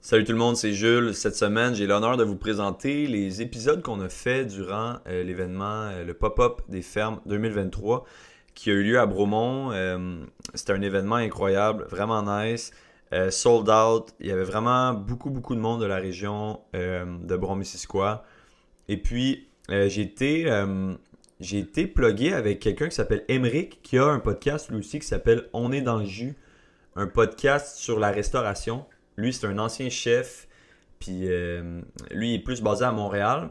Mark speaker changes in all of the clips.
Speaker 1: Salut tout le monde, c'est Jules. Cette semaine, j'ai l'honneur de vous présenter les épisodes qu'on a fait durant euh, l'événement, euh, le pop-up des fermes 2023 qui a eu lieu à Bromont. Euh, C'était un événement incroyable, vraiment nice. euh, sold out. Il y avait vraiment beaucoup, beaucoup de monde de la région euh, de Bromont-Missisquoi. Et puis, euh, j'ai été, euh, j'ai été plugué avec quelqu'un qui s'appelle Emeric, qui a un podcast lui aussi qui s'appelle On est dans le jus, un podcast sur la restauration. Lui, c'est un ancien chef, puis euh, lui, il est plus basé à Montréal.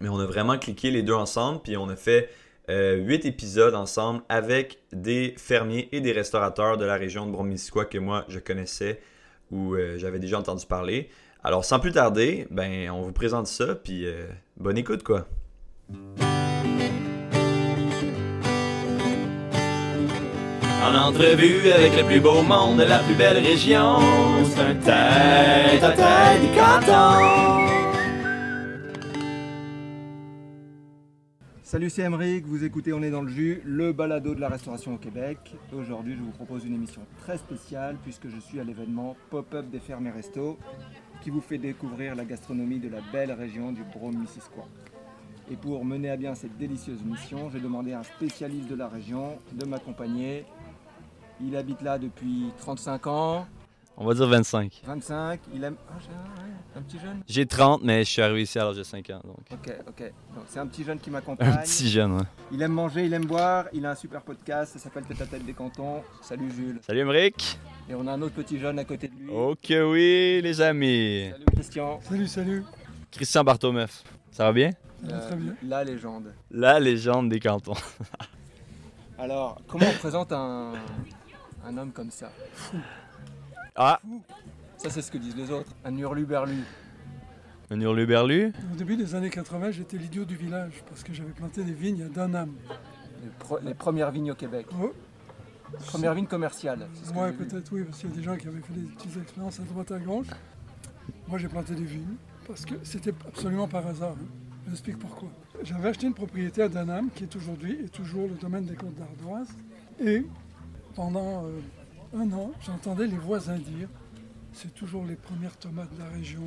Speaker 1: Mais on a vraiment cliqué les deux ensemble, puis on a fait euh, huit épisodes ensemble avec des fermiers et des restaurateurs de la région de Bromisquoi que moi je connaissais ou euh, j'avais déjà entendu parler. Alors sans plus tarder, ben on vous présente ça puis euh, bonne écoute quoi.
Speaker 2: En entrevue avec le plus beau monde de la plus belle région, c'est un tête à tête du canton.
Speaker 3: Salut, c'est Emeric, vous écoutez On est dans le jus, le balado de la restauration au Québec. Aujourd'hui, je vous propose une émission très spéciale puisque je suis à l'événement Pop-up des fermes et restos qui vous fait découvrir la gastronomie de la belle région du Brome-Missisquoi. Et pour mener à bien cette délicieuse mission, j'ai demandé à un spécialiste de la région de m'accompagner. Il habite là depuis 35 ans,
Speaker 2: On va dire 25.
Speaker 3: 25, il aime... Ah, j'ai- un petit jeune
Speaker 2: J'ai 30, mais je suis arrivé ici à l'âge de 5 ans, donc.
Speaker 3: Ok, ok. Donc c'est un petit jeune qui
Speaker 2: Un
Speaker 3: m'accompagne.
Speaker 2: petit jeune, ouais.
Speaker 3: Il aime manger, il aime boire, il a un super podcast, ça s'appelle Tête à Tête des Cantons. Salut Jules.
Speaker 2: Salut Emric.
Speaker 3: Et on a un autre petit jeune à côté de lui.
Speaker 1: Oh.
Speaker 2: Ok, oui, les amis.
Speaker 3: Salut Christian.
Speaker 4: Salut, salut.
Speaker 2: Christian Bartomeuf, ça va bien?
Speaker 4: Ça va très bien.
Speaker 3: Euh, La légende.
Speaker 2: La légende des cantons.
Speaker 3: Alors, comment on présente un, un homme comme ça
Speaker 2: Ah,
Speaker 3: Ça, c'est ce que disent les autres. Un hurluberlu.
Speaker 2: un hurluberlu.
Speaker 4: Au début des années 80, j'étais l'idiot du village parce que j'avais planté des vignes à Dunham.
Speaker 3: Les, pro- les premières vignes au Québec.
Speaker 4: Oh,
Speaker 3: Première vigne commerciale. c'est ce que
Speaker 4: ouais,
Speaker 3: j'ai lu.
Speaker 4: peut-être oui, parce qu'il y a des gens qui avaient fait des petites expériences à droite à gauche. Moi, j'ai planté des vignes parce que c'était absolument par hasard. hein. Je vous explique pourquoi. J'avais acheté une propriété à Dunham qui est aujourd'hui et toujours le domaine des Côtes d'Ardoise. Et pendant euh, un an, j'entendais les voisins dire c'est toujours les premières tomates de la région,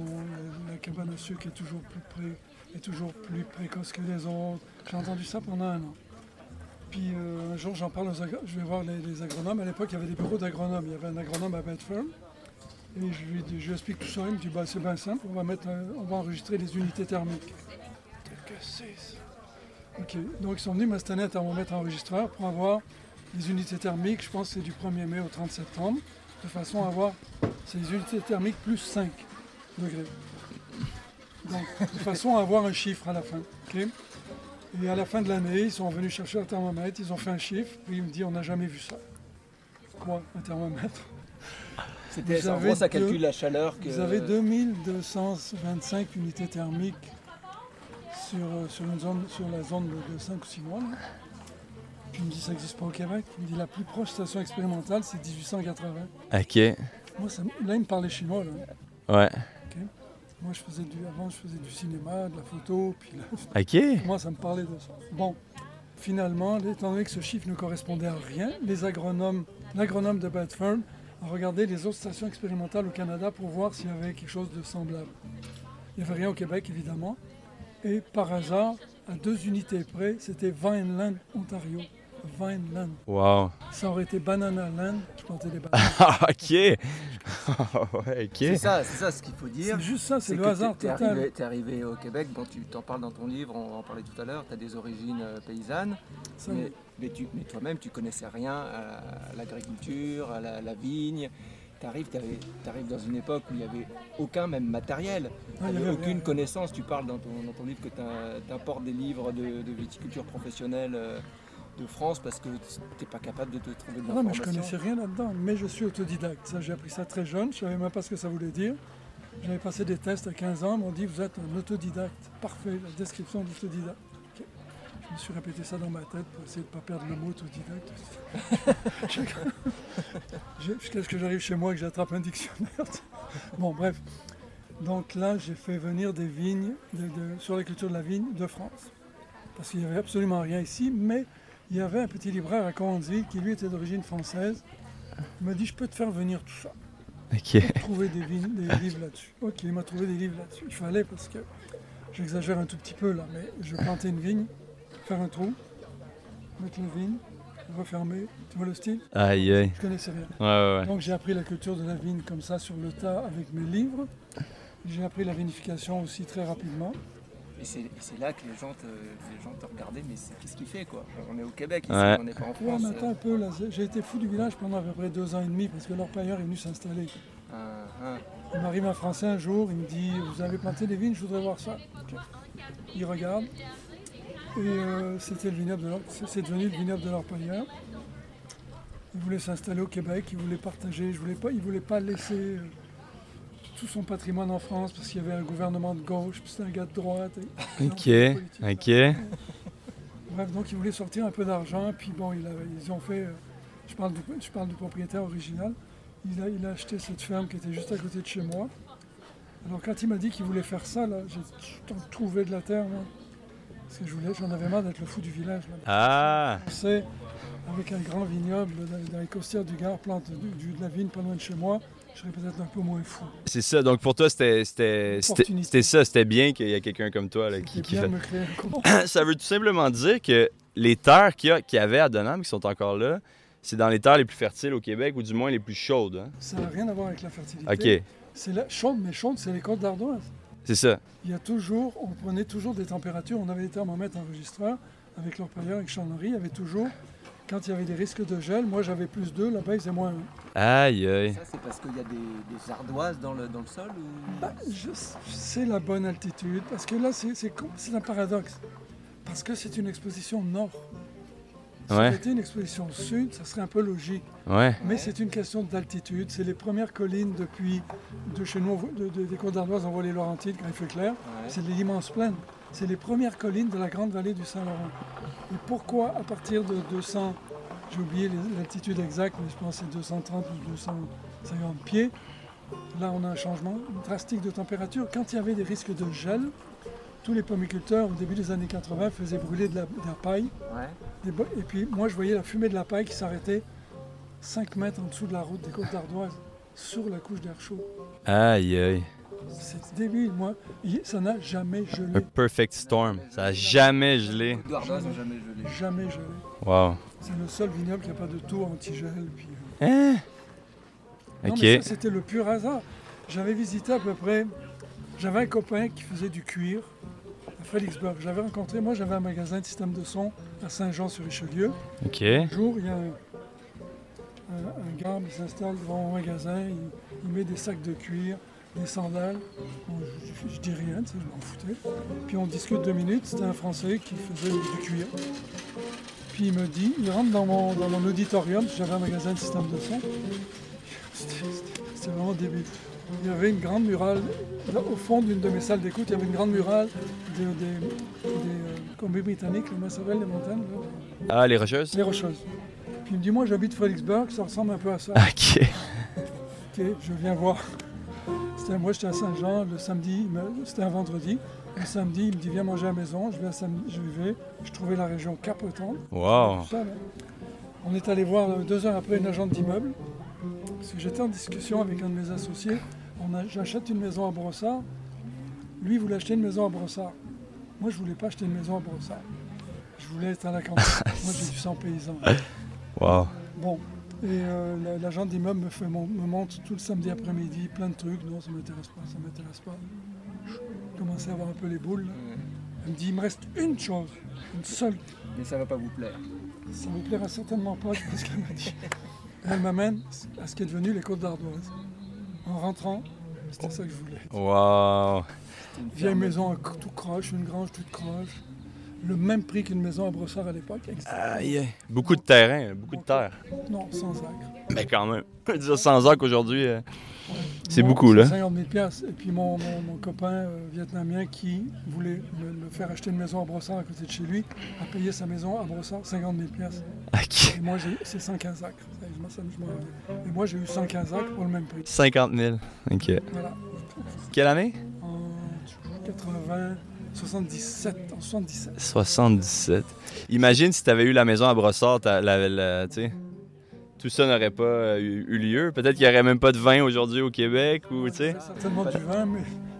Speaker 4: la- la cabane à sucre est toujours plus, pré- est toujours plus précoce que les autres. J'ai entendu ça pendant un an. Puis euh, un jour, j'en parle aux agro- je vais voir les, les agronomes. À l'époque, il y avait des bureaux d'agronomes. Il y avait un agronome à Bedford. Et je lui, dis- je lui explique tout ça. Il me dit bah, c'est bien simple, on va, mettre, un- on va enregistrer les unités thermiques. Qu'est-ce que c'est ça Ok, donc ils sont venus m'installer un thermomètre enregistreur pour avoir les unités thermiques. Je pense que c'est du 1er mai au 30 septembre, de façon à avoir ces unités thermiques plus 5 degrés. Donc, de façon à avoir un chiffre à la fin. ok et à la fin de l'année, ils sont venus chercher un thermomètre, ils ont fait un chiffre, puis il me dit on n'a jamais vu ça. Quoi, un thermomètre
Speaker 3: C'était
Speaker 4: vous
Speaker 3: en
Speaker 4: avez
Speaker 3: gros, ça
Speaker 4: deux-
Speaker 3: calcule la chaleur que.
Speaker 4: Vous avez 2225 unités thermiques sur, euh, sur une zone, sur la zone de, 5 ou 6 mois. là. Puis il me dit ça n'existe pas au Québec. Il me dit la plus proche station expérimentale, c'est 1880.
Speaker 2: Ok, ouais.
Speaker 4: Moi, ça me- là, il me parlait chinois. là. Moi, je faisais du, avant, je faisais du cinéma, de la photo, puis là,
Speaker 2: Ok.
Speaker 4: Moi, ça me parlait de ça. Bon, finalement, étant donné que ce chiffre ne correspondait à rien, les agronomes, l'agronome de Bedford a regardé les autres stations expérimentales au Canada pour voir s'il y avait quelque chose de semblable. Il n'y avait rien au Québec, évidemment. Et par hasard, à deux unités près, c'était Vineland, Ontario. Vineland.
Speaker 2: Wow.
Speaker 4: Ça aurait été Banana Land, je plantais des bananes.
Speaker 2: Ah, ok. Ah, ouais,
Speaker 3: C'est
Speaker 2: ok.
Speaker 3: ça, c'est ça ce qu'il faut dire.
Speaker 4: C'est juste ça, c'est le
Speaker 3: que
Speaker 4: hasard
Speaker 3: t'es- t'es
Speaker 4: total.
Speaker 3: arrivé- T'es arrivé au Québec, bon, tu t'en parles dans ton livre, on va en parlait tout à l'heure, tu as des origines euh, paysannes,
Speaker 4: Ça,
Speaker 3: mais, mais tu- mais toi-même, tu connaissais rien à l'agriculture, à la, la vigne. Tu arrives, dans une époque où il n'y avait aucun même matériel,
Speaker 4: Ah, il y
Speaker 3: t'avais
Speaker 4: avait
Speaker 3: aucune
Speaker 4: rien.
Speaker 3: connaissance. Tu parles dans ton, dans ton livre que tu importes des livres de, de viticulture professionnelle euh, de France parce que tu pas capable de te trouver de
Speaker 4: Non, mais je
Speaker 3: l'information.
Speaker 4: connaissais rien là-dedans, mais je suis autodidacte. Ça, j'ai appris ça très jeune, je savais même pas ce que ça voulait dire. J'avais passé des tests à 15 ans, ils m'ont dit vous êtes un autodidacte. Parfait, la description d'autodidacte. Ok. Je me suis répété ça dans ma tête pour essayer de ne pas perdre le mot autodidacte. J'ai- Jusqu'à ce que j'arrive chez moi et que j'attrape un dictionnaire. bon, bref. Donc là, j'ai fait venir des vignes de- de- sur la culture de la vigne de France. Parce qu'il n'y avait absolument rien ici, mais il y avait un petit libraire à Coansville qui lui était d'origine française. Il m'a dit je peux te faire venir tout ça.
Speaker 5: Ok.
Speaker 4: trouver des, vi- des livres là-dessus. Ok, il m'a trouvé des livres là-dessus. Je fallais parce que j'exagère un tout petit peu là, mais je vais planter une vigne, faire un trou, mettre une vigne, refermer. Tu vois le style
Speaker 5: Aïe, aïe.
Speaker 4: Je connaissais rien.
Speaker 5: Ouais, ouais, ouais.
Speaker 4: Donc j'ai appris la culture de la vigne comme ça sur le tas avec mes livres. J'ai appris la vinification aussi très rapidement.
Speaker 3: Et c'est et c'est là que les gens te, les gens te regardaient, mais c'est- qu'est-ce qu'il fait quoi On est au Québec, ici,
Speaker 5: Ouais.
Speaker 3: on n'est pas en
Speaker 4: Ouais,
Speaker 3: France.
Speaker 5: Ah,
Speaker 4: mais attends un peu, là, j'ai été fou du village pendant à peu près deux ans et demi parce que l'orpailleur est venu s'installer.
Speaker 3: Ah, ah.
Speaker 4: Il m'arrive un Français un jour, il me dit Vous avez planté des vignes, je voudrais voir ça. Ok. Il regarde. Et euh, c'était le vignoble de l'or- c'est c'est devenu le vignoble de l'orpailleur. Il voulait s'installer au Québec, il voulait partager, je voulais pas, il ne voulait pas laisser euh, tout son patrimoine en France parce qu'il y avait un gouvernement de gauche, puis c'était un gars de droite. et-
Speaker 5: Ok,
Speaker 4: Non, politique, là.
Speaker 5: ok.
Speaker 4: Bref, donc il voulait sortir un peu d'argent, puis bon, il a- ils ont fait, euh, je, parle du, je parle du propriétaire original, il a, il a acheté cette ferme qui était juste à côté de chez moi. Alors quand il m'a dit qu'il voulait faire ça, là, j'ai j'ai trouvé de la terre, moi. Parce que je voulais, j'en avais marre d'être le fou du village. Là.
Speaker 5: Ah,
Speaker 4: On sait, avec un grand vignoble dans, dans les costières du Gard, plante du- du- de la vigne pas loin de chez moi, je serais peut-être un peu moins fou.
Speaker 5: c'est ça. Donc pour toi, c'était c'était- c'était-
Speaker 4: Opportunité.
Speaker 5: c'était ça. C'était bien qu'il y a quelqu'un comme toi là,
Speaker 4: Et
Speaker 5: qui, qui
Speaker 4: bien
Speaker 5: fait.
Speaker 4: de me créer un compte.
Speaker 5: ça veut tout simplement dire que les terres qu'il y, a- qu'il y avait à Donham, qui sont encore là, c'est dans les terres les plus fertiles au Québec, ou du moins les plus chaudes. hein?
Speaker 4: Ça n'a rien à voir avec la fertilité.
Speaker 5: OK,
Speaker 4: C'est la chaude, mais chaude, c'est les côtes d'ardoise.
Speaker 5: c'est ça.
Speaker 4: Il y a toujours, on prenait toujours des températures, on avait des thermomètres enregistreurs avec l'orpailleur et Charlery, il y avait toujours, quand il y avait des risques de gel, moi j'avais plus 2, là-bas ils faisaient moins un.
Speaker 5: Aïe, aïe.
Speaker 3: Ça, c'est parce qu'il y a des, des ardoises dans le, dans le sol ou...
Speaker 4: Bah, je- c'est la bonne altitude, parce que là c'est- c'est com- c'est un paradoxe, parce que c'est une exposition nord. Si
Speaker 5: Ouais.
Speaker 4: c'était une exposition sud, ça serait un peu logique.
Speaker 5: Ouais.
Speaker 4: Mais c'est une question d'altitude. C'est les premières collines depuis, de chez nous, on voit- de- de- des Côtes d'Ardoise, on voit les Laurentides quand il fait clair.
Speaker 3: Ouais.
Speaker 4: C'est l'immense plaine. C'est les premières collines de la grande vallée du Saint-Laurent. Et pourquoi, à partir de 200, j'ai oublié les- l'altitude exacte, mais je pense que c'est 230 ou 250 pieds, là on a un changement drastique de température. Quand il y avait des risques de gel, tous les pommiculteurs, au début des années 80, faisaient brûler de la, de la paille.
Speaker 3: Ouais.
Speaker 4: Des bo- Et puis moi, je voyais la fumée de la paille qui s'arrêtait 5 mètres en dessous de la route des Côtes d'Ardoise, sur la couche d'air chaud.
Speaker 5: Aïe, aïe.
Speaker 4: C'est débile, moi. Il- Ça n'a jamais
Speaker 5: Un
Speaker 4: gelé.
Speaker 5: perfect storm. Ça a jamais gelé.
Speaker 3: Les ardoises n'ont jamais gelé.
Speaker 4: Jamais gelé.
Speaker 5: Wow.
Speaker 4: C'est le seul vignoble qui n'a pas de tour anti-gel. Puis... euh,
Speaker 5: Hein?
Speaker 4: non,
Speaker 5: Ok.
Speaker 4: mais ça, c'était le pur hasard. J'avais visité à peu près. J'avais un copain qui faisait du cuir à Fredericksburg. J'avais rencontré. Moi, j'avais un magasin de système de son à Saint-Jean-sur-Richelieu.
Speaker 5: Ok.
Speaker 4: Un jour, il y a un, un- un gars qui s'installe devant mon magasin. Il, il met des sacs de cuir, des sandales. Bon, je, je- je dis rien, tu sais, je m'en foutais. Puis on discute deux minutes. C'était un Français qui faisait du cuir. Puis il me dit, il rentre dans mon, dans mon auditorium, j'avais un magasin de système de son. C'était- c'était- C'était vraiment débile. Il y avait une grande murale, là, au fond d'une de mes salles d'écoute, il y avait une grande murale de- des, des, euh, combis britanniques, comment ça s'appelle, les montagnes, là,
Speaker 5: Ah, les rocheuses?
Speaker 4: les Rocheuses. Puis il me dit, moi j'habite Fredericksburg, ça ressemble un peu à ça.
Speaker 1: Ah.
Speaker 5: Ok.
Speaker 4: Ok, je viens voir. C'était- moi, j'étais à Saint-Jean le samedi, il me- c'était un vendredi. Le samedi, il me dit Viens manger à la maison. Je vais à samedi, je vais. Je trouvais la région capotante.
Speaker 5: Wow.
Speaker 1: Oh.
Speaker 4: Tout ça, là. On est allé voir euh, deux heures après une agente d'immeuble. Parce que j'étais en discussion avec un de mes associés. On a- J'achète une maison à Brossard. Lui, il voulait acheter une maison à Brossard. Moi, je voulais pas acheter une maison à Brossard. Je voulais être à la campagne. moi, j'ai du sang paysan.
Speaker 5: Wow.
Speaker 4: Bon, et euh, la- l'agent d'immeuble me, fait mon- me montre tout le samedi après-midi plein de trucs. Non, ça m'intéresse pas, ça m'intéresse pas. Je commençais à avoir un peu les boules. là.
Speaker 3: Ouais.
Speaker 4: Elle me dit, il me reste une chose, une seule.
Speaker 3: Mais ça va pas vous plaire.
Speaker 4: Ça vous plaira certainement pas, parce qu'elle m'a dit. Elle m'amène à ce qui est devenu les Côtes d'Ardoise. En rentrant, c'était ça que je voulais.
Speaker 5: Wow.
Speaker 3: C'était une
Speaker 4: Vieille
Speaker 3: ferme.
Speaker 4: maison à cou- tout croche, une grange toute croche. Le même prix qu'une maison à Brossard à l'époque.
Speaker 5: Aïe, aïe. Beaucoup de terrain, beaucoup de terre.
Speaker 4: Non, sans acre.
Speaker 5: Mais quand même. Dire sans arc aujourd'hui. euh, C'est
Speaker 4: Bon,
Speaker 5: beaucoup, là.
Speaker 4: 50 000 piastres. Et puis mon, mon- mon copain euh, vietnamien qui voulait me, me faire acheter une maison à Brossard à côté de chez lui a payé sa maison à Brossard 50 000 piastres.
Speaker 5: Ok.
Speaker 4: Et moi, j'ai- c'est 115 acres. Ça, je m'en- ça, je m'en rappelle. Et moi, j'ai eu 115 acres pour le même prix.
Speaker 5: 50 000. Ok.
Speaker 4: Voilà.
Speaker 5: Quelle année?
Speaker 4: En 80, 77, en 77.
Speaker 5: 77. Imagine si t'avais eu la maison à Brossard, t'as- la, la- tu sais, tout ça n'aurait pas euh, eu eu lieu. Peut-être qu'il n'y aurait même pas de vin aujourd'hui au Québec ou, tu sais.
Speaker 4: C'est certainement du vin, mais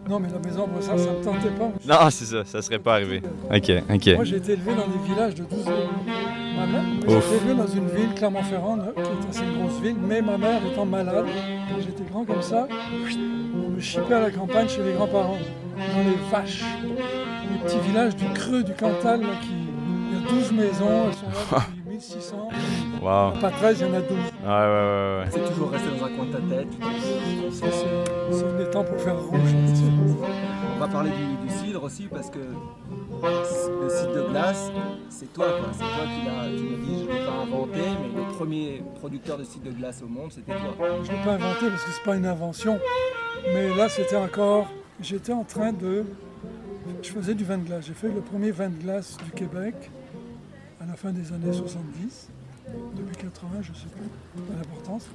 Speaker 4: non, mais la maison brossard, ça me tentait pas.
Speaker 5: Non, c'est ça, ça serait pas arrivé. Ok, ok.
Speaker 4: Moi, j'ai été élevé dans des villages de 12 000. Ma mère, j'ai
Speaker 5: Ouf.
Speaker 4: été élevé dans une ville, Clermont-Ferrand, là, qui est assez une grosse ville, mais ma mère étant malade, quand j'étais grand comme ça, on me chipait à la campagne chez les grands-parents, dans les vaches. Les petits villages du creux du Cantal, là, qui... il y a 12 maisons, elles sont là depuis 1600.
Speaker 5: Wow.
Speaker 4: Pas 13, il y en a 12.
Speaker 5: Ouais, ouais, ouais, ouais.
Speaker 3: C'est toujours resté dans un coin de ta tête. tu te dis, ça, c'est-
Speaker 4: C'est des temps pour faire rouge. tu sais.
Speaker 3: On va parler du, du cidre aussi parce que c- le cidre de glace, c'est toi quoi. C'est toi qui l'as, tu me dis, je ne l'ai pas inventé, mais le premier producteur de cidre de glace au monde, c'était toi.
Speaker 4: Je ne l'ai pas inventé parce que c'est pas une invention. Mais là, c'était encore. J'étais en train de. Je faisais du vin de glace. J'ai fait le premier vin de glace du Québec à la fin des années 70. Depuis 80, je ne sais plus. C'est Pas l'importance.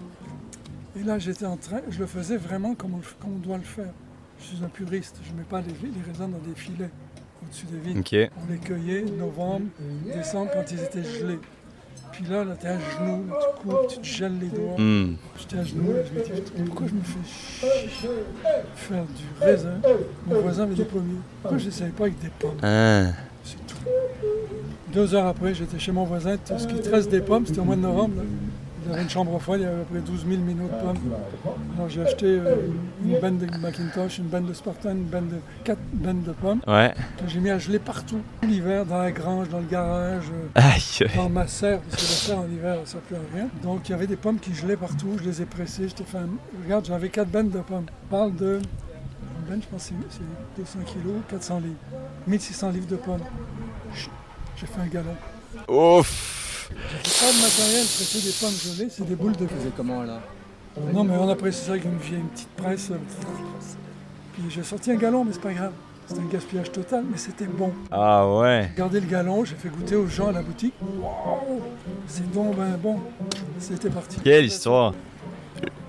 Speaker 4: Et là, j'étais en train. Je le faisais vraiment comme on, le f- comme on doit le faire. Je suis un puriste. Je ne mets pas les, les raisins dans des filets au-dessus des vignes.
Speaker 5: Ok.
Speaker 4: On les cueillait novembre, décembre quand ils étaient gelés. Puis là, là, t'es à genoux, là, tu coupes, tu te gèles les doigts.
Speaker 5: Hmm.
Speaker 4: J'étais à genoux et je me disais, pourquoi je me fais chier faire du raisin Mon voisin avait des pommiers. Pourquoi je n'essayais pas avec des pommes
Speaker 5: Ah.
Speaker 4: C'est tout. Deux heures après, j'étais chez mon voisin, tout ce qui tresse des pommes, c'était au mois de novembre. là. Il avait une chambre folle, il y avait à peu près 12 000 minutes de pommes. Alors j'ai acheté euh, une bande de Macintosh, une bande de Spartan, une bande de quatre bandes de pommes.
Speaker 5: Ouais.
Speaker 4: que J'ai mis à geler partout, tout l'hiver, dans la grange, dans le garage. euh,
Speaker 5: Aïe.
Speaker 4: dans ma serre, parce que la serre en hiver, ça ne à rien. Donc il y avait des pommes qui gelaient partout, je les ai pressées, j'étais fait un- Regarde, j'avais quatre bennes de pommes. Je parle de... Une benne, je pense que c'est c'est 200 kilos, 400 livres. 1600 livres de pommes. Chut, J'ai fait un galop.
Speaker 5: Ouf.
Speaker 4: Pas de matériel, presser des pommes gelées, c'est des boules de
Speaker 3: Tu faisais comment là
Speaker 4: Non, mais on a pressé ça avec une vieille une petite presse. euh, Puis j'ai sorti un galon, mais c'est pas grave. C'était un gaspillage total, mais c'était bon.
Speaker 5: Ah ouais.
Speaker 4: Gardez le galon, j'ai fait goûter aux gens à la boutique. Wow, c'est donc ben bon. C'était parti.
Speaker 5: Quelle histoire.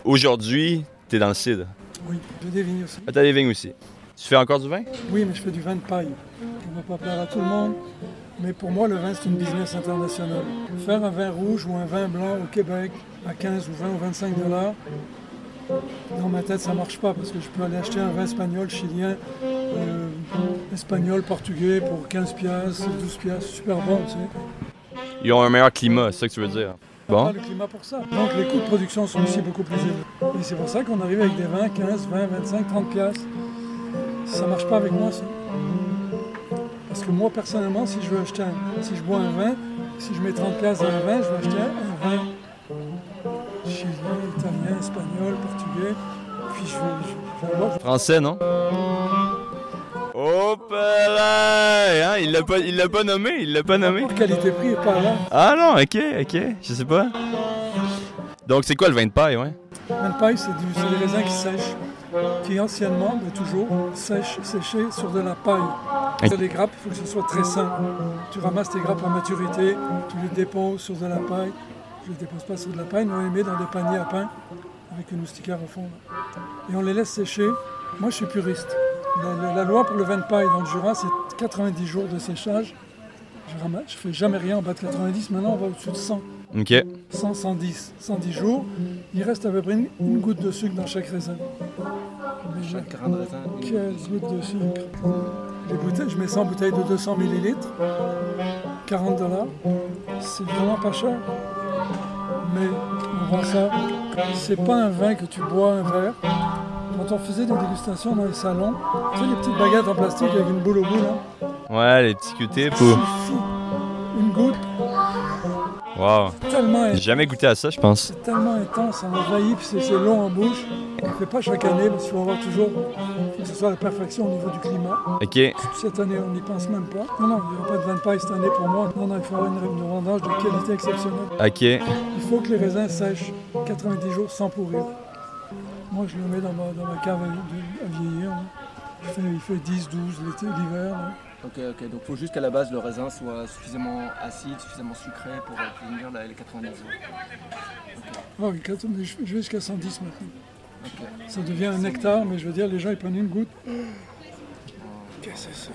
Speaker 5: Aujourd'hui, t'es dans le cidre.
Speaker 4: Oui, j'ai des vignes aussi.
Speaker 5: Ah, t'as des vignes aussi. Tu fais encore du vin?
Speaker 4: Oui, mais je fais du vin de paille. On va pas plaire à tout le monde, mais pour moi, le vin, c'est une business internationale. Faire un vin rouge ou un vin blanc au Québec à 15 ou 20 ou 25 dollars, dans ma tête, ça marche pas parce que je peux aller acheter un vin espagnol, chilien, euh, espagnol, portugais pour 15 piastres, 12 piastres, super bon, tu sais.
Speaker 5: Ils ont un meilleur climat, c'est ça que tu veux dire.
Speaker 4: pas
Speaker 5: Bon.
Speaker 4: le climat pour ça. Donc les coûts de production sont aussi beaucoup plus élevés. Et c'est pour ça qu'on arrive avec des 20, 15, 20, 25, 30 piastres. Ça marche pas avec moi, ça. Parce que moi, personnellement, si je veux acheter un, si je bois un vin, si je mets 30 piastres dans un vin, je vais acheter un vin chilien, italien, espagnol, portugais. Puis je vais, je, je vais boire.
Speaker 5: Français, non? Hop là! Hein, Il l'a pas, il l'a pas nommé, il l'a pas nommé.
Speaker 4: Pour qualité-prix et pas là.
Speaker 5: Ah non, ok, ok, je sais pas. Donc c'est quoi le vin de paille, ouais?
Speaker 4: Même paille, c'est du- c'est des raisins qui sèchent, qui anciennement, mais toujours, sèchent, séchés sur de la paille. Sur les grappes, il faut que ce soit très sain. Tu ramasses tes grappes à maturité, tu les déposes sur de la paille. Je ne les dépose pas sur de la paille, mais on les met dans des paniers à pain avec une moustiquaire au fond. là. Et on les laisse sécher. Moi, je suis puriste. La, la- la loi pour le vin de paille dans le Jura, c'est 90 jours de séchage. Je ne je fais jamais rien en bas de 90. Maintenant, on va au-dessus de 100.
Speaker 5: Ok.
Speaker 4: 100, 110, 110 jours, il reste à peu près une, une goutte de sucre dans chaque raisin. Mais j'ai
Speaker 3: Chaque grain de raisin. une-
Speaker 4: 15 gouttes de sucre. Les bouteilles, je mets 100 bouteilles de 200 millilitres, 40 dollars. C'est vraiment pas cher. Mais on vend ça. C'est pas un vin que tu bois un verre. Quand on faisait des dégustations dans les salons, tu sais les petites baguettes en plastique avec une boule au bout là,
Speaker 5: Ouais, les petits Q-tips
Speaker 4: ça
Speaker 5: ou.
Speaker 4: suffit. Une goutte
Speaker 5: Wow.
Speaker 4: tellement
Speaker 5: J'ai jamais goûté à ça, je pense.
Speaker 4: C'est tellement intense, ça envahit, puis c'est c'est long en bouche. On ne fait pas chaque année parce qu'il faut avoir toujours faut que ce soit à la perfection au niveau du climat.
Speaker 5: Ok.
Speaker 4: Cette année, on n'y pense même pas. Non, non, il n'y aura pas de vin de paille cette année pour moi. Non, non, il faut avoir une, une rendage de qualité exceptionnelle.
Speaker 5: Ok.
Speaker 4: Il faut que les raisins sèchent 90 jours sans pourrir. Moi, je le mets dans ma, dans ma cave à, de- à vieillir. hein. Il fait, il fait 10, 12 l'été, l'hiver. hein.
Speaker 3: Ok, ok, donc faut juste qu'à la base le raisin soit suffisamment acide, suffisamment sucré pour euh, pour venir la- les 90 jours.
Speaker 4: Ah oui, quatre- mais je je vais jusqu'à 110 maintenant.
Speaker 3: Ok.
Speaker 4: Ça devient un nectar, mais je veux dire, les gens, ils prennent une goutte. Qu'est-ce que c'est ça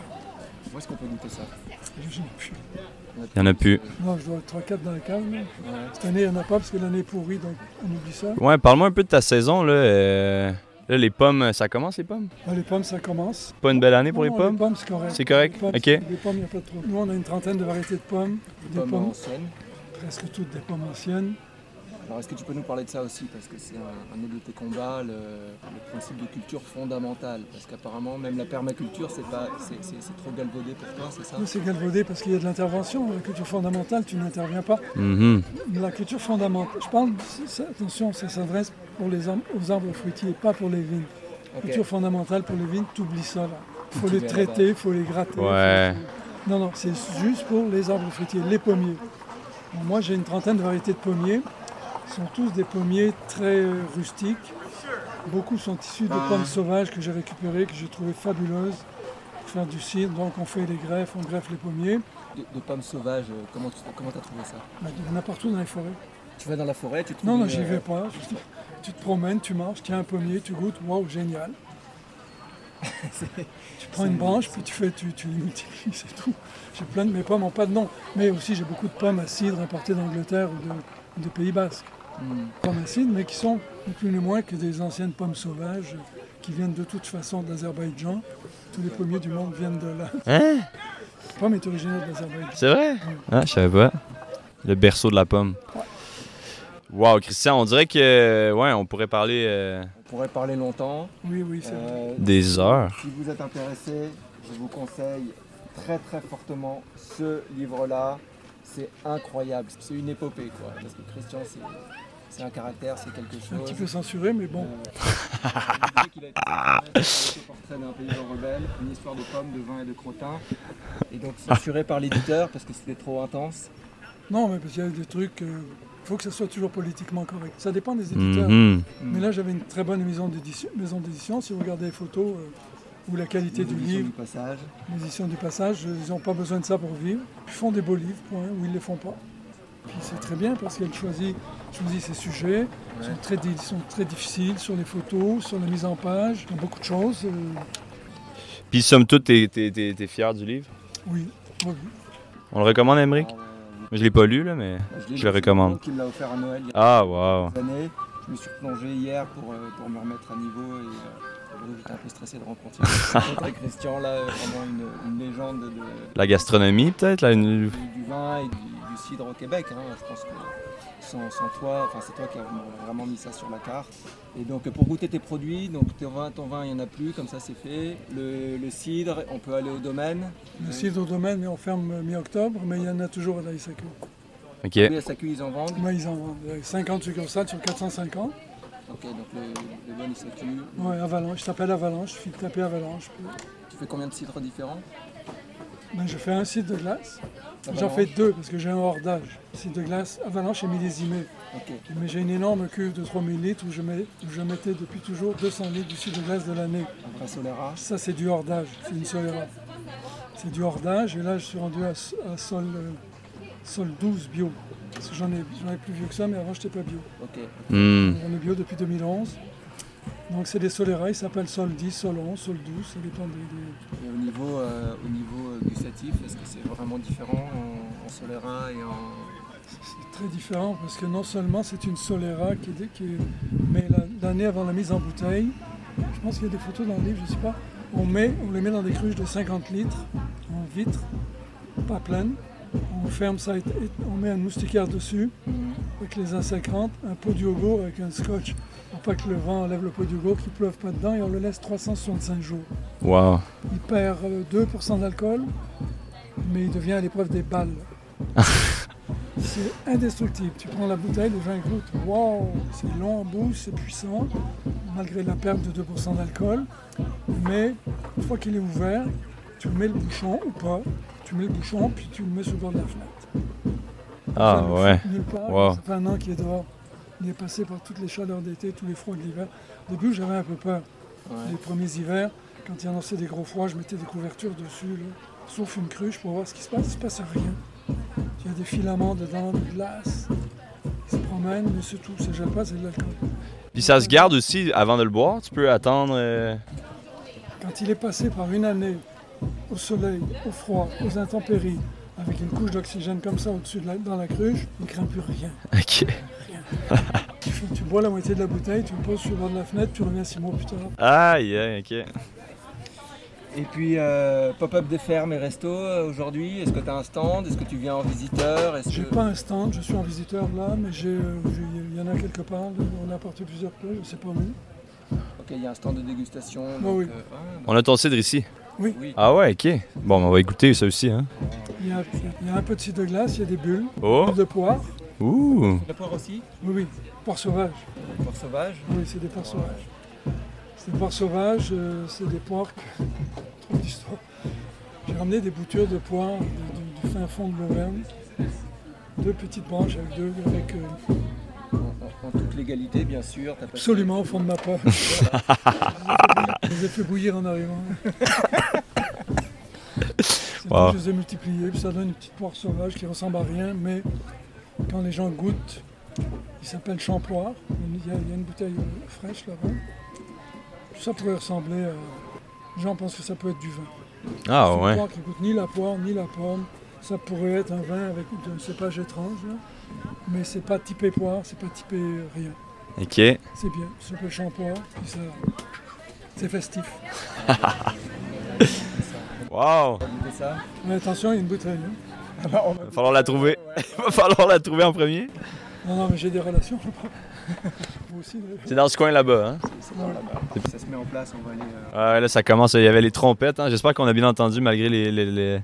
Speaker 3: Où est-ce qu'on peut goûter ça
Speaker 4: Je n'ai plus.
Speaker 5: Il y en a plus.
Speaker 4: Non, je dois être 3-4 dans le calme. là. Cette année, il n'y en a pas parce que l'année est pourrie, donc on oublie ça.
Speaker 5: Ouais, parle-moi un peu de ta saison, là. euh, Là, les pommes, ça commence, les pommes?
Speaker 4: Là, les pommes, ça commence.
Speaker 5: Pas une belle année pour
Speaker 4: Non,
Speaker 5: les
Speaker 4: non,
Speaker 5: pommes?
Speaker 4: Les pommes, c'est correct.
Speaker 5: C'est correct?
Speaker 4: Les pommes,
Speaker 5: Ok.
Speaker 4: c'est- Les pommes, il n'y a pas de trouble. Nous, on a une trentaine de variétés de pommes. Des
Speaker 3: Pommes
Speaker 4: pommes,
Speaker 3: anciennes.
Speaker 4: presque toutes des pommes anciennes.
Speaker 3: Alors est-ce que tu peux nous parler de ça aussi Parce que c'est un, un autre de tes combats, le, le principe de culture fondamentale. Parce qu'apparemment, même la permaculture, c'est pas, c'est, c'est- c'est trop galvaudé pour toi, c'est ça
Speaker 4: Nous, c'est galvaudé parce qu'il y a de l'intervention. La culture fondamentale, tu n'interviens pas.
Speaker 5: Mhm.
Speaker 4: La culture fondamentale, je parle, c'est- c'est- attention, ça s'adresse pour les arbres- aux arbres fruitiers, pas pour les vignes.
Speaker 3: Ok.
Speaker 4: Culture fondamentale pour les vignes, t'oublies ça là. Faut
Speaker 3: Tu
Speaker 4: les
Speaker 3: verras
Speaker 4: traiter, faut les gratter.
Speaker 5: Ouais.
Speaker 4: faut- Non, non, c'est juste pour les arbres fruitiers, les pommiers. Bon, moi, j'ai une trentaine de variétés de pommiers. Ce sont tous des pommiers très euh, rustiques. Beaucoup sont issus de pommes sauvages que j'ai récupérées, que j'ai trouvées fabuleuses pour faire du cidre. Donc, on fait des greffes, on greffe les pommiers.
Speaker 3: de, de pommes sauvages, euh, comment tu comment as trouvé ça
Speaker 4: Ben, Il y en a partout dans les forêts.
Speaker 3: Tu vas dans la forêt, tu trouves
Speaker 4: Non, non,
Speaker 3: une,
Speaker 4: j'y
Speaker 3: euh,
Speaker 4: vais pas. Tu te promènes, tu marches, tiens un pommier, tu goûtes, waouh, génial. tu prends une branche, puis tu fais, tu, tu les multiplies, c'est tout. J'ai plein de mes pommes en pas de nom, mais aussi j'ai beaucoup de pommes à cidre importées d'Angleterre ou de, ou de Pays Basque.
Speaker 3: Hmm.
Speaker 4: Pommes à cidre, mais qui sont ni plus ni moins que des anciennes pommes sauvages euh, qui viennent de toute façon d'Azerbaïdjan. Tous les pommiers du monde viennent de là.
Speaker 5: Hein?
Speaker 4: La pomme est originaire d'Azerbaïdjan.
Speaker 5: C'est vrai? Ah, je savais pas. Le berceau de la pomme. Wow, Christian, on dirait que. Ouais, on pourrait parler euh,
Speaker 3: On pourrait parler longtemps.
Speaker 4: Oui, oui, c'est vrai.
Speaker 3: Euh,
Speaker 5: des heures.
Speaker 3: Si vous êtes intéressé, je vous conseille très très fortement ce livre-là. C'est incroyable, c'est une épopée quoi. Parce que Christian, c'est, c'est un caractère, c'est quelque
Speaker 4: C'est un
Speaker 3: chose.
Speaker 4: petit peu censuré, mais bon.
Speaker 3: Euh, il disait qu'il a été sur le portrait d'un paysan rebelle, une histoire de pommes, de vin et de crottin. Et donc censuré par l'éditeur parce que c'était trop intense.
Speaker 4: Non, mais parce qu'il y a des trucs. Il faut que ça soit toujours politiquement correct. Ça dépend des éditeurs.
Speaker 5: Mhm.
Speaker 4: Mais là, j'avais une très bonne maison d'édition. maison d'édition. Si vous regardez les photos euh, ou la qualité
Speaker 3: Les
Speaker 4: du
Speaker 3: éditions
Speaker 4: livre,
Speaker 3: du passage.
Speaker 4: l'édition du passage, euh, ils n'ont pas besoin de ça pour vivre. Ils font des beaux livres, point, ou ils ne les font pas. Puis c'est très bien parce qu'elle choisit, choisit ses sujets. Ils, sont très, di- ils sont très difficiles sur les photos, sur la mise en page, dans beaucoup de choses. euh,
Speaker 5: Puis, somme toute, t'es, t'es- t'es- t'es fier du livre?
Speaker 4: oui, oui, oui.
Speaker 5: On le recommande, Emmerich?
Speaker 3: Alors, euh,
Speaker 5: Je l'ai pas lu, là, mais.
Speaker 3: l'ai
Speaker 5: Je
Speaker 3: lu,
Speaker 5: le recommande.
Speaker 3: c'est mon oncle qui me l'a offert à Noël il y a
Speaker 5: Ah, wow.
Speaker 3: quelques années. Je me suis replongé hier pour, euh, pour me remettre à niveau et euh, j'avoue que j'étais un peu stressé de rencontrer rencontrer Christian là, euh, vraiment une, une légende de,
Speaker 5: La gastronomie, peut-être? Là, une-
Speaker 3: du, du vin et du, du cidre au Québec. hein. Je pense que sans, sans toi, enfin c'est toi qui as vraiment mis ça sur la carte. Et donc pour goûter tes produits, donc ton vin, ton vin, il n'y en a plus, comme ça c'est fait. Le, le cidre, on peut aller au domaine.
Speaker 4: Le cidre au domaine, mais on ferme euh, mi-octobre, mais il y en a toujours à la SAQ.
Speaker 5: Ok.
Speaker 3: Oui, à SAQ, ils en vendent.
Speaker 4: Moi, ils en vendent euh, 50 succursales sur 450.
Speaker 3: Ok, donc le, le bon SAQ.
Speaker 4: Ouais, Avalanche, je t'appelle Avalanche, je fais taper Avalanche. puis-
Speaker 3: Tu fais combien de cidres différents
Speaker 4: Ben, je fais un site de glace. J'en
Speaker 3: Avalanche.
Speaker 4: fais deux parce que j'ai un hors d'âge. Site de glace Avalanche et millésimé.
Speaker 3: Ok.
Speaker 4: Mais j'ai une énorme cuve de 3000 litres où je, mets, où je mettais depuis toujours 200 litres du site de glace de l'année.
Speaker 3: Un vrai Solera.
Speaker 4: Ça, c'est du hors d'âge, c'est une Solera. C'est du hors d'âge et là, je suis rendu à, s- à sol, euh, sol 12 bio. Parce que J'en ai, j'en ai plus vieux que ça, mais avant, je n'étais pas bio.
Speaker 3: Ok.
Speaker 5: Hmm.
Speaker 4: On est bio depuis 2011. Donc, c'est des Solera, ils s'appellent Sol 10, Sol 11, Sol 12, ça dépend des- des,
Speaker 3: Et au niveau, euh, au niveau euh, gustatif, est-ce que c'est vraiment différent en, en Solera et en.
Speaker 4: C'est très différent parce que non seulement c'est une Solera qui est, qui est- mais la- l'année avant la mise en bouteille, je pense qu'il y a des photos dans le livre, je sais pas, on, met, on les met dans des cruches de 50 litres en vitre, pas pleine, on ferme ça et, et on met un moustiquaire dessus avec les insectes rentrent, un pot de yogourt avec un scotch pour pas que le vent enlève le pot de yogourt, qu'il pleuve pas dedans et on le laisse 365 jours.
Speaker 5: Wow.
Speaker 4: Il perd euh, 2% d'alcool, mais il devient à l'épreuve des balles. c'est indestructible. Tu prends la bouteille, les gens goûtent. Wow, c'est long en bouche, c'est puissant, malgré la perte de 2% d'alcool. Mais une fois qu'il est ouvert, tu mets le bouchon ou pas. Tu mets le bouchon, puis tu le mets sur le bord de la fenêtre.
Speaker 5: Ah,
Speaker 4: Ça ne
Speaker 5: ouais.
Speaker 4: fout Nulle part.
Speaker 5: Wow.
Speaker 4: Ça fait un an qu'il est dehors. Il est passé par toutes les chaleurs d'été, tous les froids de l'hiver. Au début, j'avais un peu peur les premiers hivers, quand il annonçait des gros froids, je mettais des couvertures dessus, là, sauf une cruche pour voir ce qui se passe. Il se passe rien. Il y a des filaments dedans, de glace. Ils se promènent, mais c'est tout. Ça gèle pas, c'est de l'alcool.
Speaker 5: Puis ça se garde aussi avant de le boire. Tu peux attendre. euh,
Speaker 4: Quand il est passé par une année au soleil, au froid, aux intempéries, Avec une couche d'oxygène comme ça au-dessus de la, dans la cruche, il ne craint plus rien.
Speaker 5: OK.
Speaker 4: Tu, fais- tu bois la moitié de la bouteille, tu le poses sur le bord de la fenêtre, tu reviens six mois plus tard.
Speaker 5: Aïe, aïe, OK.
Speaker 3: Et puis, euh, pop-up des fermes et restos euh, aujourd'hui, est-ce que tu as un stand Est-ce que tu viens en visiteur Est-ce
Speaker 4: J'ai
Speaker 3: que...
Speaker 4: pas un stand, je suis en visiteur là, mais j'ai, euh, j'ai- il y en a quelque part, on a apporté plusieurs plats, je sais pas où.
Speaker 3: Ok, il y a un stand de dégustation.
Speaker 4: Ah
Speaker 3: donc,
Speaker 4: oui.
Speaker 3: euh, ah,
Speaker 5: On a ton cidre ici.
Speaker 3: bah oui.
Speaker 5: Ah ouais, OK. Bon, ben, on va écouter ça aussi, hein.
Speaker 4: Il y a, il y a un peu de cidre de glace, il y a des bulles,
Speaker 5: Oh!
Speaker 4: bulles de poire,
Speaker 5: Ouh!
Speaker 3: La poire aussi
Speaker 4: oui oui, poire sauvage,
Speaker 3: Poire sauvage
Speaker 4: oui c'est des poires sauvages. C'est des poires sauvages, euh, c'est des poires que... Trop d'histoire. J'ai ramené des boutures de poire du, du fin fond de l'Auvergne, deux petites branches avec deux, avec euh,
Speaker 3: En, en- en toute légalité, bien sûr. t'as pas-
Speaker 4: absolument au fond de ma poche. Je les ai fait bouillir en arrivant. C'est
Speaker 5: Wow.
Speaker 4: tout, Je les ai multipliés, puis ça donne une petite poire sauvage qui ressemble à rien, mais quand les gens goûtent, il s'appelle champloire. Il y, a, il y a une bouteille euh, fraîche là-bas. Ça pourrait ressembler à. Les gens pensent que ça peut être du vin.
Speaker 5: Ah
Speaker 4: C'est une
Speaker 5: ouais.
Speaker 4: poire qui goûte ni la poire, ni la pomme. Ça pourrait être un vin avec un cépage étrange, là. mais c'est pas typé poire, c'est pas typé euh, rien.
Speaker 5: OK.
Speaker 4: C'est bien, soupe au shampoing, puis ça. C'est festif.
Speaker 5: Wow!
Speaker 3: T'as goûté ça
Speaker 4: Mais attention, il y a une bouteille. hein.
Speaker 5: Va falloir la trouver. Va falloir la trouver en premier.
Speaker 4: Non, non, mais j'ai des relations, je crois. Vous aussi, d'ailleurs.
Speaker 5: C'est dans ce coin là-bas, hein.
Speaker 3: C'est bon, là-bas. Ah, bah, Ça se met en place, on va aller. euh,
Speaker 5: Ouais, là, ça commence. Il y avait les trompettes, hein. J'espère qu'on a bien entendu malgré les, les, les,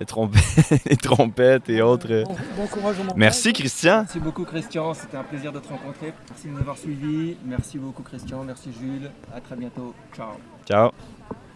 Speaker 5: les trompettes, les trompettes et autres. euh.
Speaker 4: Bon, bon courage au montage.
Speaker 5: Merci, Christian.
Speaker 3: Merci beaucoup, Christian. C'était un plaisir de te rencontrer. Merci de nous avoir suivis. Merci beaucoup, Christian. Merci, Jules. À très bientôt. Ciao.
Speaker 5: Ciao.